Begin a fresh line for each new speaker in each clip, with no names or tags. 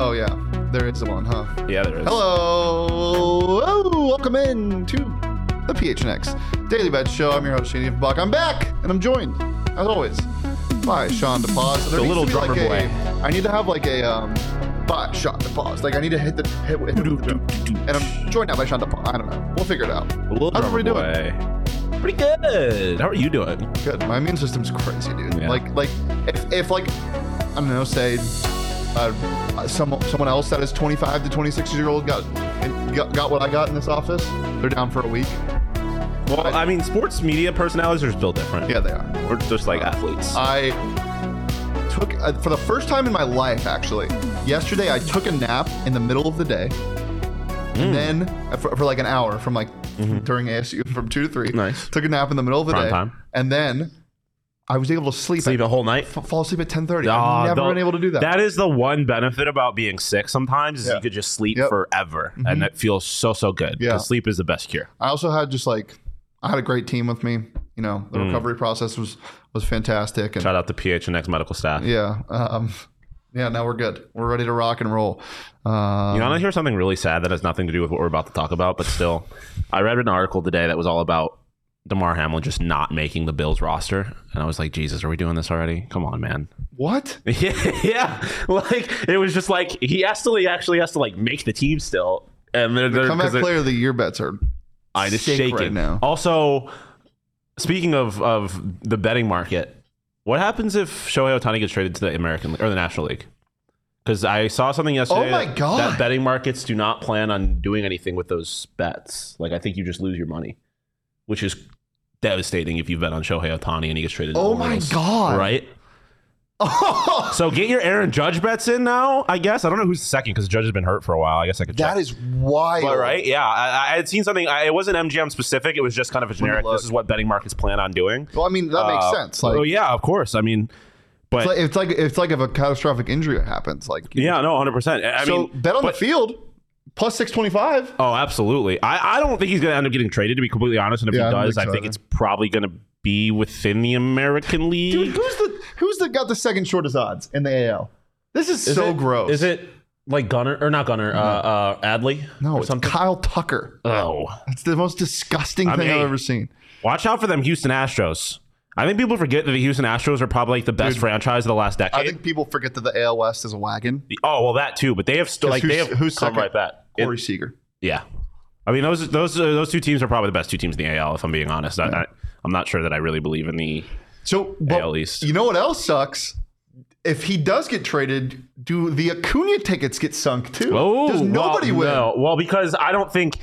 Oh yeah, there is one, huh?
Yeah, there is.
Hello, Oh, welcome in to the PHNX Daily Bet Show. I'm your host Shane Buck. I'm back, and I'm joined, as always, by Sean DePaz. So
The little drummer
like
boy.
A, I need to have like a um, bot shot DePaz. Like I need to hit the hit, hit the drum. And I'm joined now by Sean DePaz. I don't know. We'll figure it out.
Little
How's everybody
drummer boy. Pretty good. How are you doing?
Good. My immune system's crazy, dude.
Yeah.
Like, like if, if like I don't know, say uh, some someone else that is 25 to 26 years old got and got, got what I got in this office, they're down for a week.
Well, I mean, sports media personalities are still different.
Yeah, Uh, they are.
We're just like athletes.
I took uh, for the first time in my life actually. Yesterday, I took a nap in the middle of the day,
Mm.
and then uh, for, for like an hour from like during ASU from two to three.
Mm-hmm. Nice.
Took a nap in the middle of the
Prime
day,
time.
and then I was able to sleep.
Sleep
at,
a whole night.
f- fall asleep at 10:30.
Ah,
I've never
don't-
been able to do that.
That is the one benefit about being sick sometimes is
Yeah.
you could just sleep
Yep. Mm-hmm.
forever and that feels so so good. 'Cause
Yeah.
Sleep is the best cure.
I also had just like I had a great team with me. You know, the
Hmm.
recovery process was was fantastic, and
Shout out to PHNX medical staff.
yeah, um, yeah. Now we're good. We're ready to rock and roll. Uh,
You want to hear something really sad that has nothing to do with what we're about to talk about, but still, I read an article today that was all about Damar Hamlin just not making the Bills roster, and I was like, Jesus, are we doing this already? Come on, man.
what?
Yeah, yeah. Like it was just like he has to, he actually has to like make the team still, and they're, they're,
Comeback
'cause they're-
player of the year bets are.
I just
Shake
shaking
right now.
Also, speaking of of the betting market, what happens if Shohei Otani gets traded to the American League or the National League? Because I saw something yesterday.
Oh my
that-
God.
That betting markets do not plan on doing anything with those bets. Like I think you just lose your money, which is devastating if you bet on Shohei Otani and he gets traded. to
Oh
the
my
Orioles,
God. Oh.
Right. So get your Aaron Judge bets in now. I guess I don't know who's second because Judge has been hurt for a while. I guess I could. check.
That is wild.
But right, yeah, I, I had seen something. I, it wasn't MGM specific. It was just kind of a generic.
look.
This is what betting markets plan on doing.
Well, I mean that makes
Uh,
sense. Like,
oh yeah, of course. I mean,
it's
but
like it's like it's like if a catastrophic injury happens. Like,
yeah, no, hundred percent. I I
so
mean,
bet on
but-
the field plus six twenty five.
Oh, absolutely. I, I don't think he's going to end up getting traded. To be completely honest, and if
Yeah, I
he
don't
does, I
think
think,
so
it's probably going to be within the American League.
Dude, who's the who's the got the second shortest odds in the AL? This is, so gross.
Is it like Gunner or not Gunner? Uh, uh, Adley?
No,
or
it's
something.
Kyle Tucker.
oh,
That's the most disgusting
I
thing I've
mean,
ever seen.
watch out for them, Houston Astros. I think people forget that the Houston Astros are probably like the best franchise of the last decade.
I think people forget that the AL West is a wagon.
Oh well, that too. But they have still
'Cause
like
who's-
they have
who's
come
second?
right back. It-
Corey Seager.
yeah, I mean those those uh, those two teams are probably the best two teams in the AL. If I'm being honest, I, I, I'm not sure that I really believe in the.
So, but
AL East.
you know what else sucks? If he does get traded, do the Acuna tickets get sunk too?
Oh,
does nobody
well,
win?
No. Well, because I don't think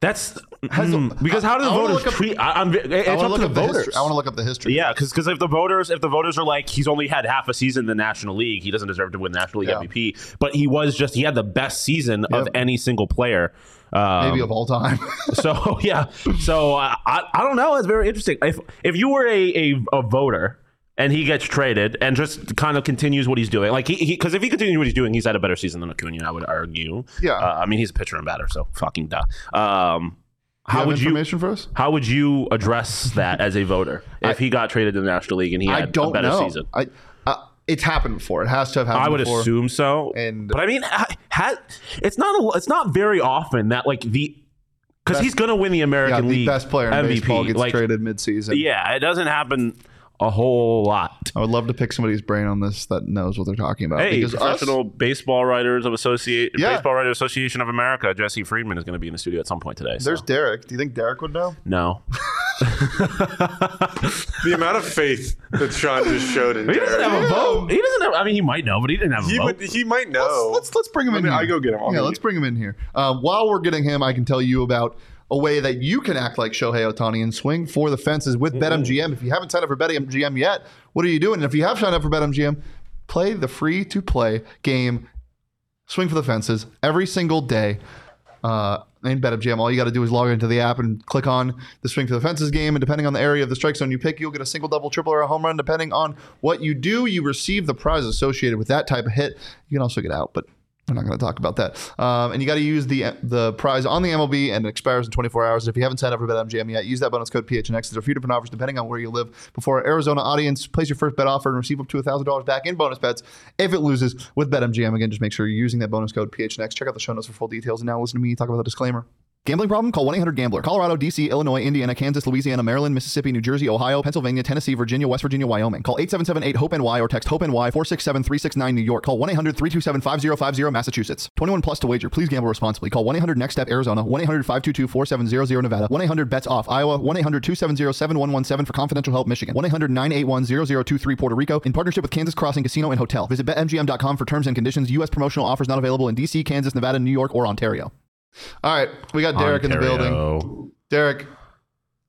that's
Has-
mm, because how do the
I- I wanna
voters
look up-
treat? I, I'm, it's
I want to look
up to
up
the
the
voters.
history. I want to look up the history.
yeah, because if the voters if the voters are like he's only had half a season in the National League, he doesn't deserve to win National League
Yeah.
MVP. But he was just he had the best season of
Yep.
any single player. Um,
maybe of all time.
So yeah, so I, I I don't know. It's very interesting. If if you were a a, a voter and he gets traded and just kind of continues what he's doing, like he because if he continues what he's doing, he's had a better season than Acuna. I would argue.
Yeah.
Uh, I mean, he's a pitcher and batter, so fucking duh. Um,
Do
how
have
would you
information for us?
how would you address that as a voter if he got traded to the National League and he had
I don't
a better
know.
season?
I, uh, it's happened before. It has to have happened.
I would
before.
assume so.
And-
but I mean, ha, ha- it's not a, it's not very often that like the because he's gonna win the
Yeah,
American
the
League
best player in
MVP.
baseball gets
like,
traded midseason.
yeah, it doesn't happen a whole lot.
I would love to pick somebody's brain on this that knows what they're talking about.
Hey,
Uh, because us-
professional baseball writers of associate
Yeah.
baseball writer association of America, Jesse Friedman is going to be in the studio at some point today. so-
There's Derek. Do you think Derek would know?
no,
The amount of faith that Sean just showed in
He doesn't
Jared.
have a vote. He doesn't have. I mean, he might know, but he didn't have a
He
vote.
would. He might know.
Let's let's bring him
Let
in.
me-
here.
I go get him. I'll
yeah,
meet
let's
you.
bring him in here. Um, while we're getting him, I can tell you about a way that you can act like Shohei Otani and swing for the fences with BetMGM. If you haven't signed up for BetMGM yet, what are you doing? And if you have signed up for BetMGM, play the free to play game, swing for the fences every single day. Uh, in BetMGM, all you got to do is log into the app and click on the swing for the fences game. And depending on the area of the strike zone you pick, you'll get a single, double, triple, or a home run. Depending on what you do, you receive the prize associated with that type of hit. You can also get out, but we're not going to talk about that. Um, and you got to use the the prize on the MLB, and it expires in 24 hours. If you haven't signed up for BetMGM yet, use that bonus code PHNX. There are a few different offers depending on where you live. Before our Arizona audience, place your first bet offer and receive up to $1,000 back in bonus bets if it loses with BetMGM. Again, just make sure you're using that bonus code PHNX. Check out the show notes for full details. And now listen to me talk about the disclaimer. Gambling problem? Call 1 800 Gambler. Colorado, D.C., Illinois, Indiana, Kansas, Louisiana, Maryland, Mississippi, New Jersey, Ohio, Pennsylvania, Tennessee, Virginia, West Virginia, Wyoming. Call 877 8 HOPE NY or text HOPE NY 467 369 New York. Call 1 800 327 5050 Massachusetts. 21 plus to wager. Please gamble responsibly. Call 1 800 Next Step Arizona, 1 800 522 4700 Nevada, 1 800 Bets Off Iowa, 1 800 270 7117 for confidential help Michigan, 1 800 981 0023 Puerto Rico in partnership with Kansas Crossing Casino and Hotel. Visit BetMGM.com for terms and conditions. U.S. promotional offers not available in D.C., Kansas, Nevada, New York, or Ontario. All right, we got Derek in the building.
Ontario.
Derek,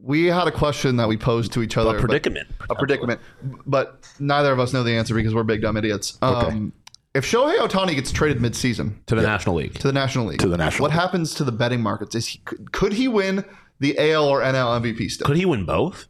we had a question that we posed to each other.
A
but-
predicament.
A predicament. But neither of us know the answer because we're big dumb idiots. Um, If Shohei Otani gets traded midseason
to the National League.
to the National League,
To the National
what
League.
happens to the betting markets? Is he, could, could he win the AL or NL MVP still?
Could he win both?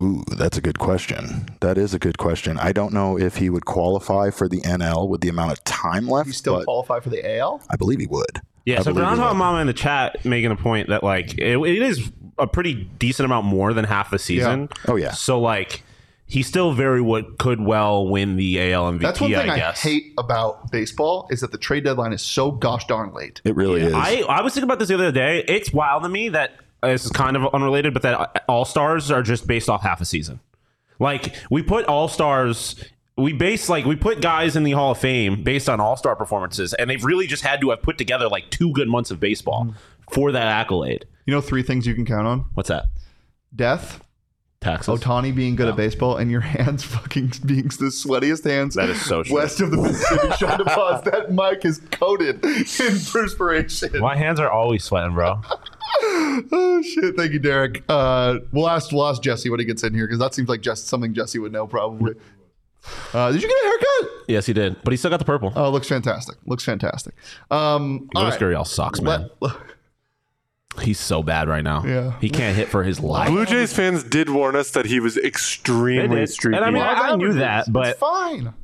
Ooh, that's a good question. That is a good question. I don't know if he would qualify for the NL with the amount of time left.
he still
but
qualify for the AL?
I believe he would.
Yeah,
I
so
believe he
Groundhog
would.
Mama in the chat making a point that like it, it is a pretty decent amount more than half the season.
Oh, yeah.
So like he still very would could well win the AL MVP.
That's one thing
I
I,
guess.
hate about baseball is that the trade deadline is so gosh darn late.
It really is.
I I was thinking about this the other day. It's wild to me that uh, this is kind of unrelated, but that All Stars are just based off half a season. Like we put All Stars. We base like we put guys in the Hall of Fame based on All Star performances, and they've really just had to have put together like two good months of baseball
Mm.
for that accolade.
You know, three things you can count on:
What's that?
death,
Taxes.
Otani being good at baseball and your hands fucking being the sweatiest hands.
That is so true.
West of the Mississippi Shot Pause. That mic is coated in perspiration.
My hands are always sweating, bro.
Oh shit! Thank you, Derek. Uh, we'll ask we'll ask Jesse when he gets in here because that seems like just something Jesse would know probably. Uh, did you get a haircut?
yes, he did, but he still got the purple.
Oh, looks fantastic. Looks fantastic. Um, all
Luis
right.
Gurriel sucks, man.
Let-
He's so bad right now.
Yeah.
he can't hit for his life.
Blue Jays fans did warn us that he was
They
extremely
did.
streaky.
And I mean, I, I knew
averages.
that, but
it's fine.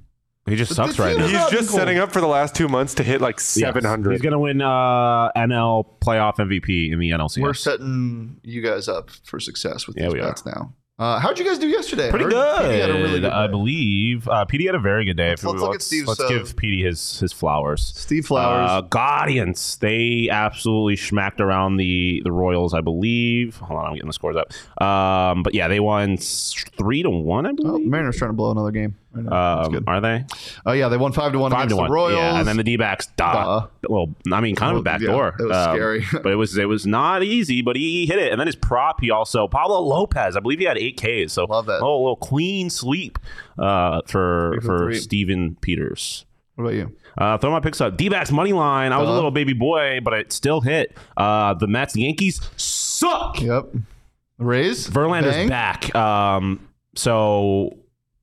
he just sucks
the
right
team
now.
is
He's
not
just
equal.
setting up for the last two months to hit like
Yes.
700.
He's gonna win uh, NL playoff MVP in the
We're
NLCS.
setting you guys up for success with
Yeah,
these
we are.
bets now. Uh, how'd you guys do yesterday?
Pretty
I
good,
heard you had a really good
I
day.
believe. Uh, PD had a very good day.
Let's-
If we-
let's look at Steve's,
let's
uh,
give PD his his flowers.
Steve Flowers.
Uh, Guardians. They absolutely smacked around the the Royals, I believe. Hold on, I'm getting the scores up. Um, but yeah, they won s- three to one, I
Oh,
believe.
Mariners trying to blow another game. I know. That's
um,
good.
are they
Oh yeah, they won five to one
five
against
to one?
the Royals.
Yeah, and then the D backs.
Duh.
Well, I mean, kind
Well,
of a back
yeah,
door. Um,
it was scary.
but it was it was not easy. But he hit it, and then his prop. He also Pablo Lopez. I believe he had eight Ks. So
Love that.
Oh, a little clean sweep uh, for
Three for
for
three.
Steven Peters.
what about you?
Uh, throw my picks up. D-backs money line. I was a
Uh-huh.
little baby boy, but it still hit. Uh, the Mets, the Yankees suck.
Yep. The Rays.
Verlander's
Bang.
back. Um, so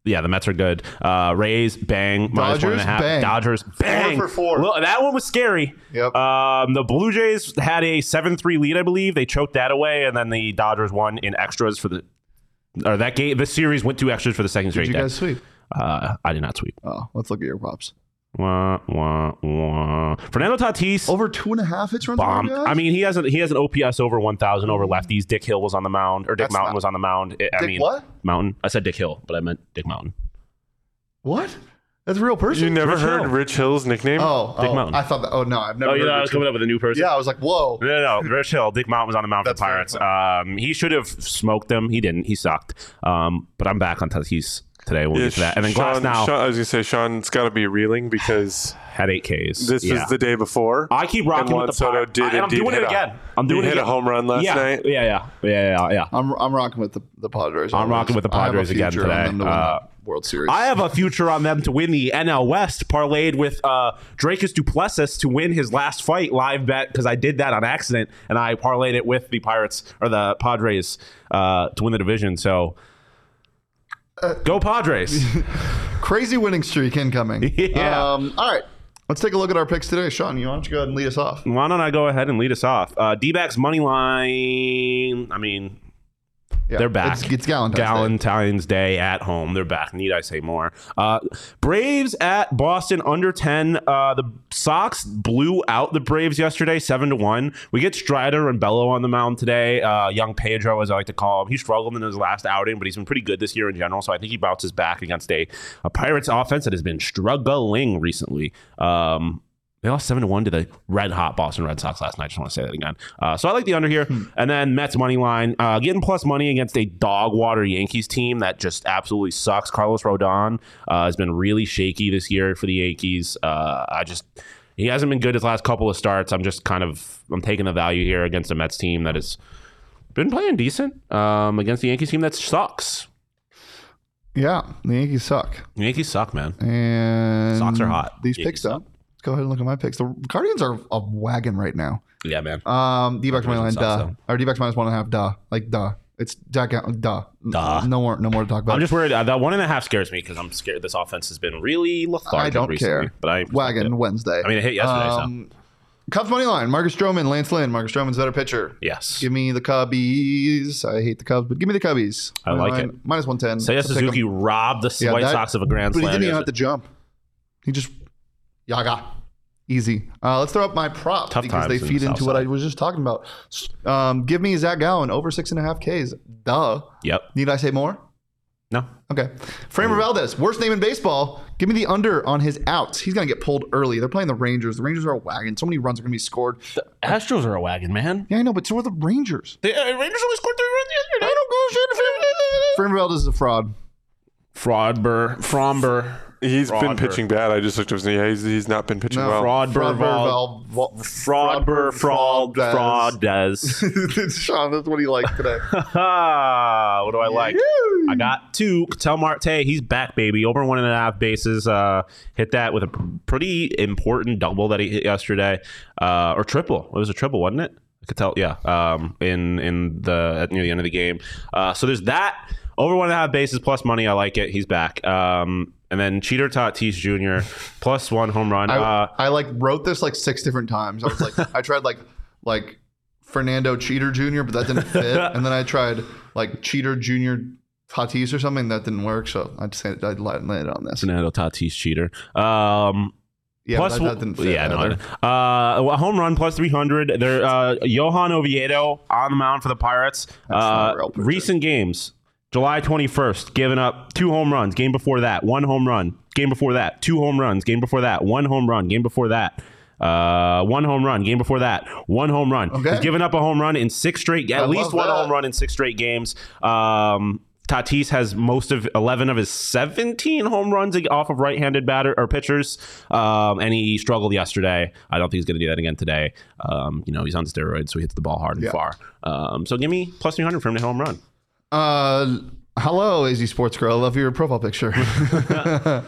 yeah, the Mets are good. Uh, Rays bang. minus one and
Dodgers,
a half.
bang.
Dodgers bang.
for four.
Look, that one was scary.
Yep.
Um, the Blue Jays had a seven-three lead, I believe. They choked that away, and then the Dodgers won in extras for the. Or that game, the series went to extras for the second
Did
straight
you
day.
guys sweep?
uh, I did not sweep.
Oh, let's look at your props.
Wah, wah, wah. Fernando Tatis
Over two and a half hits runs.
bomb.
Dick
I mean, he has an he has an OPS over 1,000 over lefties. Dick Hill was on the mound, or Dick
That's
Mountain
not-
was on the mound. I- I mean,
what?
Mountain. I said Dick Hill, but I meant Dick Mountain.
What? That's a real person.
you never
Rich
heard
Hill.
Rich Hill's nickname?
oh,
Dick
oh,
Mountain.
I thought that. Oh no, I've never.
Oh, you
heard
know, I
of
was
it.
coming up with a new person.
Yeah, I was like, whoa.
No, no, no. Rich Hill. Dick Mountain was on the mound for
That's
the Pirates. Um, he should have smoked them. He didn't. He sucked. Um, but I'm back on Tatis. today when we get to that. And then Glass
Sean,
now
Sean- I was gonna say Sean's got to be reeling because
had eight Ks.
this
yeah.
was the day before.
I keep rocking
and
with
Juan
the
Soto
Pirates.
did
I- I'm
indeed
doing
hit
it
a-
again. I'm doing
he
it
hit
again.
a home run last
yeah.
night.
Yeah, yeah, yeah, yeah, yeah.
I'm I'm rocking with the the Padres.
I'm
always.
rocking with the
I have a
Padres again
future on
today.
them to win
Uh,
the World Series.
I have a future on them to win the NL West, parlayed with uh, Drakus Duplessis to win his last fight live bet because I did that on accident and I parlayed it with the Pirates or the Padres uh, to win the division. So go Padres.
Crazy winning streak incoming.
Yeah.
Um, all right. Let's take a look at our picks today. Sean, you want to go ahead and lead us off?
Why don't I go ahead and lead us off? Uh, D backs money line. I mean,
Yeah.
They're back.
It's, it's Galentine's Day.
Valentine's Day at home. They're back. Need I say more? Uh, Braves at Boston under ten. Uh, the Sox blew out the Braves yesterday, seven to one. We get Strider and Bello on the mound today. Uh, young Pedro, as I like to call him, he struggled in his last outing, but he's been pretty good this year in general. So I think he bounces back against a, a Pirates offense that has been struggling recently. Um, they lost seven to one to the red hot Boston Red Sox last night. Just want to say that again. Uh, so I like the under here, and then Mets money line uh, getting plus money against a dog water Yankees team that just absolutely sucks. Carlos Rodon uh, has been really shaky this year for the Yankees. Uh, I just he hasn't been good his last couple of starts. I'm just kind of I'm taking the value here against a Mets team that has been playing decent um, against the Yankees team that sucks.
Yeah, the Yankees suck.
The Yankees suck, man.
And
Sox are hot.
These
Yankees
picks up. Let's go ahead and look at my picks. The Guardians are a wagon right now.
Yeah, man.
Um, D-backs money line,
Guardians
duh.
suck, though.
Or D-backs minus one and a half, duh. Like, duh. It's Jack Allen, duh.
Duh.
No more, no more to talk about.
I'm just worried. Uh, that one and a half scares me because I'm scared. This offense has been really lethargic.
I don't
recently,
care.
But I ain't
wagon
protected.
Wednesday. Um,
I mean, it hit yesterday, so.
Cubs money line. Marcus Stroman, Lance Lynn. Marcus Stroman's better pitcher.
Yes.
Give me the Cubbies. I hate the Cubs, but give me the Cubbies.
I like
Money
it.
line, Minus one ten.
Seiya Suzuki robbed the
Yeah,
White
that-
Sox of a grand
But he
slam.
didn't even
yesterday.
have to jump. He just yaga. Easy. Uh, let's throw up my prop
Tough
because they
times in
feed
the
into
South
what I
Side.
was just talking about. Um, give me Zach Gowen over six and a half Ks. Duh.
Yep.
Need I say more?
No.
Okay. Framer Valdez, worst name in baseball. Give me the under on his outs. He's going to get pulled early. They're playing the Rangers. The Rangers are a wagon. So many runs are going to be scored.
Astros are a wagon, man.
Yeah, I know, but so are the Rangers.
The uh, Rangers only scored three runs yesterday. I don't give a
Framer Valdez is a fraud.
Fraudber. Fromber.
He's
Frogger.
been pitching bad. I just looked at his knee. He's, he's not been pitching
No,
well.
Fraudber. Vol-
Fraud Val-
Fraudber. Fraud.
Fraudez.
Fraudez.
Sean, that's what he liked today.
Ah, what do I like? I got two. Tell Marte, he's back, baby. Over one and a half bases. Uh, hit that with a pr- pretty important double that he hit yesterday, uh, or triple. It was a triple, wasn't it? I could tell. Yeah. Um, in in the at near the end of the game. Uh, so there's that. Over one and a half bases plus money. I like it. He's back. Um, and then Cheater Tatis Jr. plus one home run.
I,
uh,
I like wrote this like six different times. I was like, I tried like like Fernando Cheater Jr., but that didn't fit. and then I tried like Cheater Jr. Tatis or something that didn't work. So I just I landed on this.
Fernando Tatis Cheater. Um,
Yeah,
plus
but that,
one-
that didn't fit.
yeah, no,
either.
uh, a home run plus 300. They're uh, Johan Oviedo on the mound for the Pirates.
not
Uh,
a real pitcher.
recent games. July 21st, giving up two home runs. Game before that, one home run. Game before that, two home runs. Game before that, one home run. Game before that, uh, one home run. Game before that, one home run.
Okay.
He's given up a home run in six straight, at
I
least
love
one
that.
home run in six straight games. Um, Tatis has most of 11 of his 17 home runs off of right-handed batter or pitchers, um, and he struggled yesterday. I don't think he's going to do that again today. Um, you know, he's on steroids, so he hits the ball hard and
Yeah.
far. Um, so give me plus 300 for him to home run.
Uh, hello, AZ Sports Girl. I love your profile picture. um,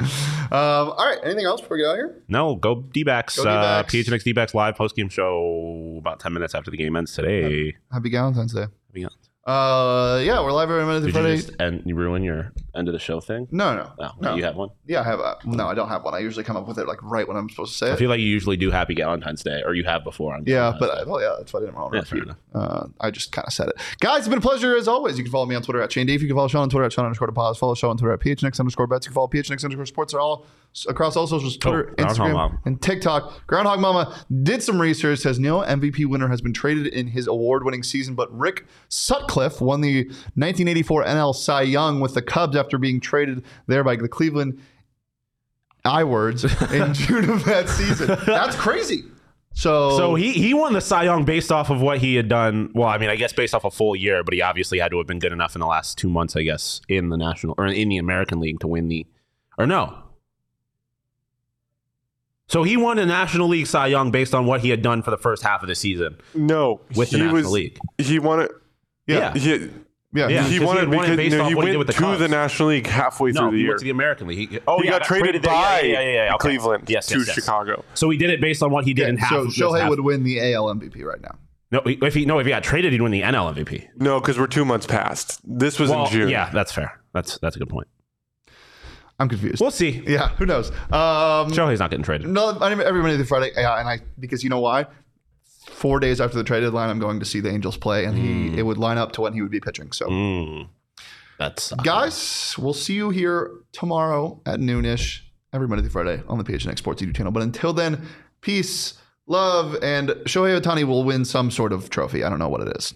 all right. Anything else before we get out of here?
No, go D-backs.
Go
Uh,
D-backs.
PHNX D-backs live post-game show about 10 minutes after the game ends today.
Happy Valentine's Day.
Hang on.
Uh, yeah, we're live every Monday through
Did you
Friday.
just end, you ruin your end of the show thing?
No, no,
No,
no.
you have one.
yeah, I have a. No, I don't have one. I usually come up with it like right when I'm supposed to say
I
it.
feel like you usually do Happy Valentine's Day, or you have before. On
Uh, Yeah,
Valentine's
but
Day.
I, well, yeah, that's why I didn't want to
Yeah, fair
repeat.
enough.
Uh, I just kind of said it, guys. It's been a pleasure as always. You can follow me on Twitter at Shane Dave. You can follow Sean on Twitter at Sean underscore pause. Follow Sean on Twitter at phnx underscore bets. You can follow phnx underscore sports. Are all across all socials, Twitter,
Oh, Groundhog Mama.
Instagram, and TikTok. Groundhog Mama did some research. Says no MVP winner has been traded in his award-winning season, but Rick Sutcliffe won the 1984 NL Cy Young with the Cubs after being traded there by the Cleveland I words in June of that season. That's crazy. So
So he he won the Cy Young based off of what he had done. Well, I mean, I guess based off a full year, but he obviously had to have been good enough in the last two months, I guess, in the national or in the American League to win the, or no. So he won the National League Cy Young based on what he had done for the first half of the season
No,
with the
he
National
was,
League.
he won it.
Yeah.
He,
yeah,
Yeah. because he
he won it
had won it
because
based
no,
off
he
what he
went
did with the
to the
Cubs.
National League halfway
No,
through the
he
year.
went to the American League. He- oh,
he
yeah,
got, traded
there.
by
yeah, yeah, yeah, yeah, yeah. Okay.
Cleveland
Yes,
to
yes, yes.
Chicago.
So he did it based on what he did in half.
so
of this
Shohei
half.
would win the AL MVP right now.
no, if he no, if he got traded, he'd win the NL MVP.
No, because we're two months past. This was
Well,
in June.
yeah, that's fair. That's that's a good point.
I'm confused.
We'll see.
yeah, who knows? Um,
Shohei's not getting traded.
no, I every Monday through Friday, yeah, and I because you know why? Four days after the trade deadline, I'm going to see the Angels play, and he it would line up to when he would be pitching. So,
Mm. That's
guys, we'll see you here tomorrow at noonish every Monday through Friday on the PHNX Sports YouTube channel. But until then, peace, love, and Shohei Otani will win some sort of trophy. I don't know what it is.